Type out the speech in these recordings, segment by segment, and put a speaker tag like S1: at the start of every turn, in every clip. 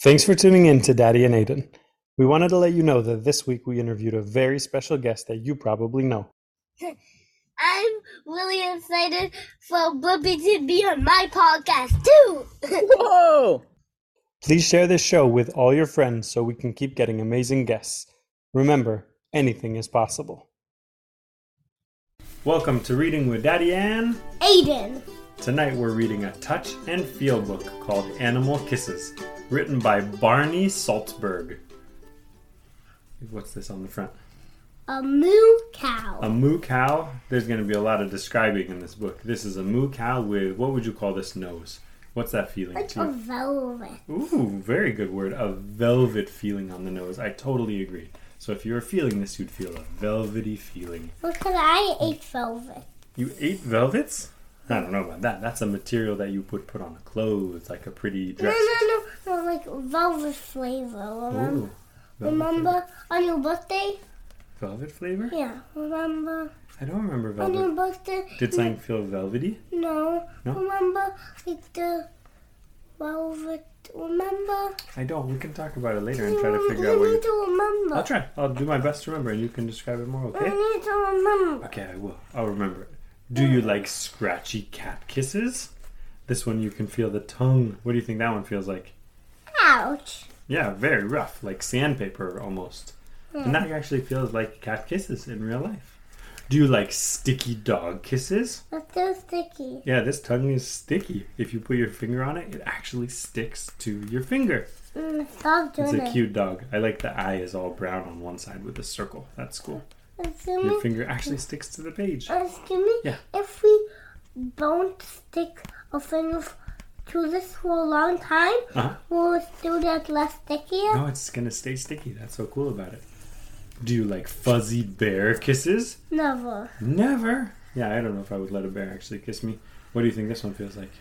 S1: Thanks for tuning in to Daddy and Aiden. We wanted to let you know that this week we interviewed a very special guest that you probably know.
S2: I'm really excited for Blippi to be on my podcast too.
S3: Whoa!
S1: Please share this show with all your friends so we can keep getting amazing guests. Remember, anything is possible. Welcome to Reading with Daddy Ann.
S2: Aiden.
S1: Tonight we're reading a touch and feel book called Animal Kisses, written by Barney Salzberg. What's this on the front?
S2: A moo cow.
S1: A moo cow. There's going to be a lot of describing in this book. This is a moo cow with what would you call this nose? What's that feeling?
S2: Like
S1: to
S2: a
S1: you?
S2: velvet.
S1: Ooh, very good word. A velvet feeling on the nose. I totally agree. So if you were feeling this, you'd feel a velvety feeling.
S2: Because I ate velvet.
S1: You ate velvets? I don't know about that. That's a material that you would put on a clothes, like a pretty
S2: No,
S1: dress.
S2: no, no, no, like velvet flavor.
S1: Ooh, velvet
S2: Remember?
S1: flavor.
S2: Remember on your birthday?
S1: velvet flavor?
S2: Yeah, remember
S1: I don't remember
S2: on your
S1: velvet.
S2: birthday?
S1: Did something feel velvety?
S2: No.
S1: No?
S2: Remember like the velvet? Remember?
S1: I don't. We can talk about it later and
S2: You
S1: try to figure out what
S2: need
S1: you.
S2: to remember.
S1: I'll try. I'll do my best to remember, and you can describe it more. Okay.
S2: You need to remember.
S1: Okay, I will. I'll remember it. Do you like scratchy cat kisses? This one you can feel the tongue. What do you think that one feels like?
S2: Ouch.
S1: Yeah, very rough, like sandpaper almost. And that actually feels like cat kisses in real life. Do you like sticky dog kisses?
S2: That's so sticky.
S1: Yeah, this tongue is sticky. If you put your finger on it, it actually sticks to your finger.
S2: Mm, stop
S1: It's
S2: doing
S1: a
S2: it.
S1: cute dog. I like the eye is all brown on one side with a circle. That's cool.
S2: Excuse
S1: Your
S2: me.
S1: finger actually sticks to the page.
S2: Excuse me.
S1: Yeah.
S2: If we don't stick our fingers to this for a long time,
S1: Uh-huh.
S2: will it still get less sticky?
S1: No, it's gonna stay sticky. That's so cool about it. Do you like fuzzy bear kisses?
S2: Never.
S1: Never. Yeah, I don't know if I would let a bear actually kiss me. What do you think this one feels like?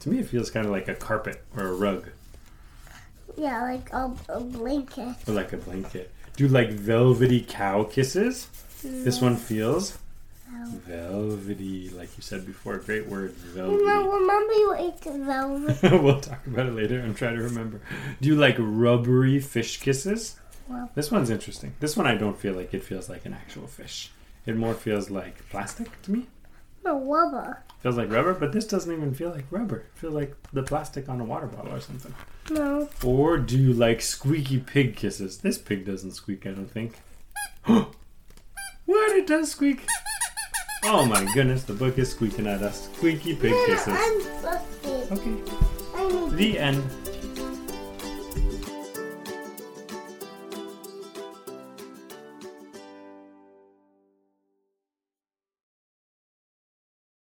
S1: To me, it feels kind of like a carpet or a rug
S2: Yeah, like a, a blanket.
S1: or like a blanket. Do you like velvety cow kisses? This one feels velvety, like you said before. Great word,
S2: You
S1: velvety.
S2: know, remember you ate the velvet
S1: we'll talk about it later. I'm trying to remember. Do you like rubbery fish kisses?
S2: Well-
S1: This one's interesting. This one I don't feel like it feels like an actual fish. It more feels like plastic to me.
S2: no rubber.
S1: Feels like rubber, but this doesn't even feel like rubber. It feels like the plastic on a water bottle or something.
S2: No.
S1: Or do you like squeaky pig kisses? This pig doesn't squeak, I don't think. what? It does squeak. Oh my goodness, the book is squeaking at us. Squeaky pig
S2: No, no,
S1: kisses.
S2: I'm thirsty.
S1: Okay,
S2: I need
S1: the end.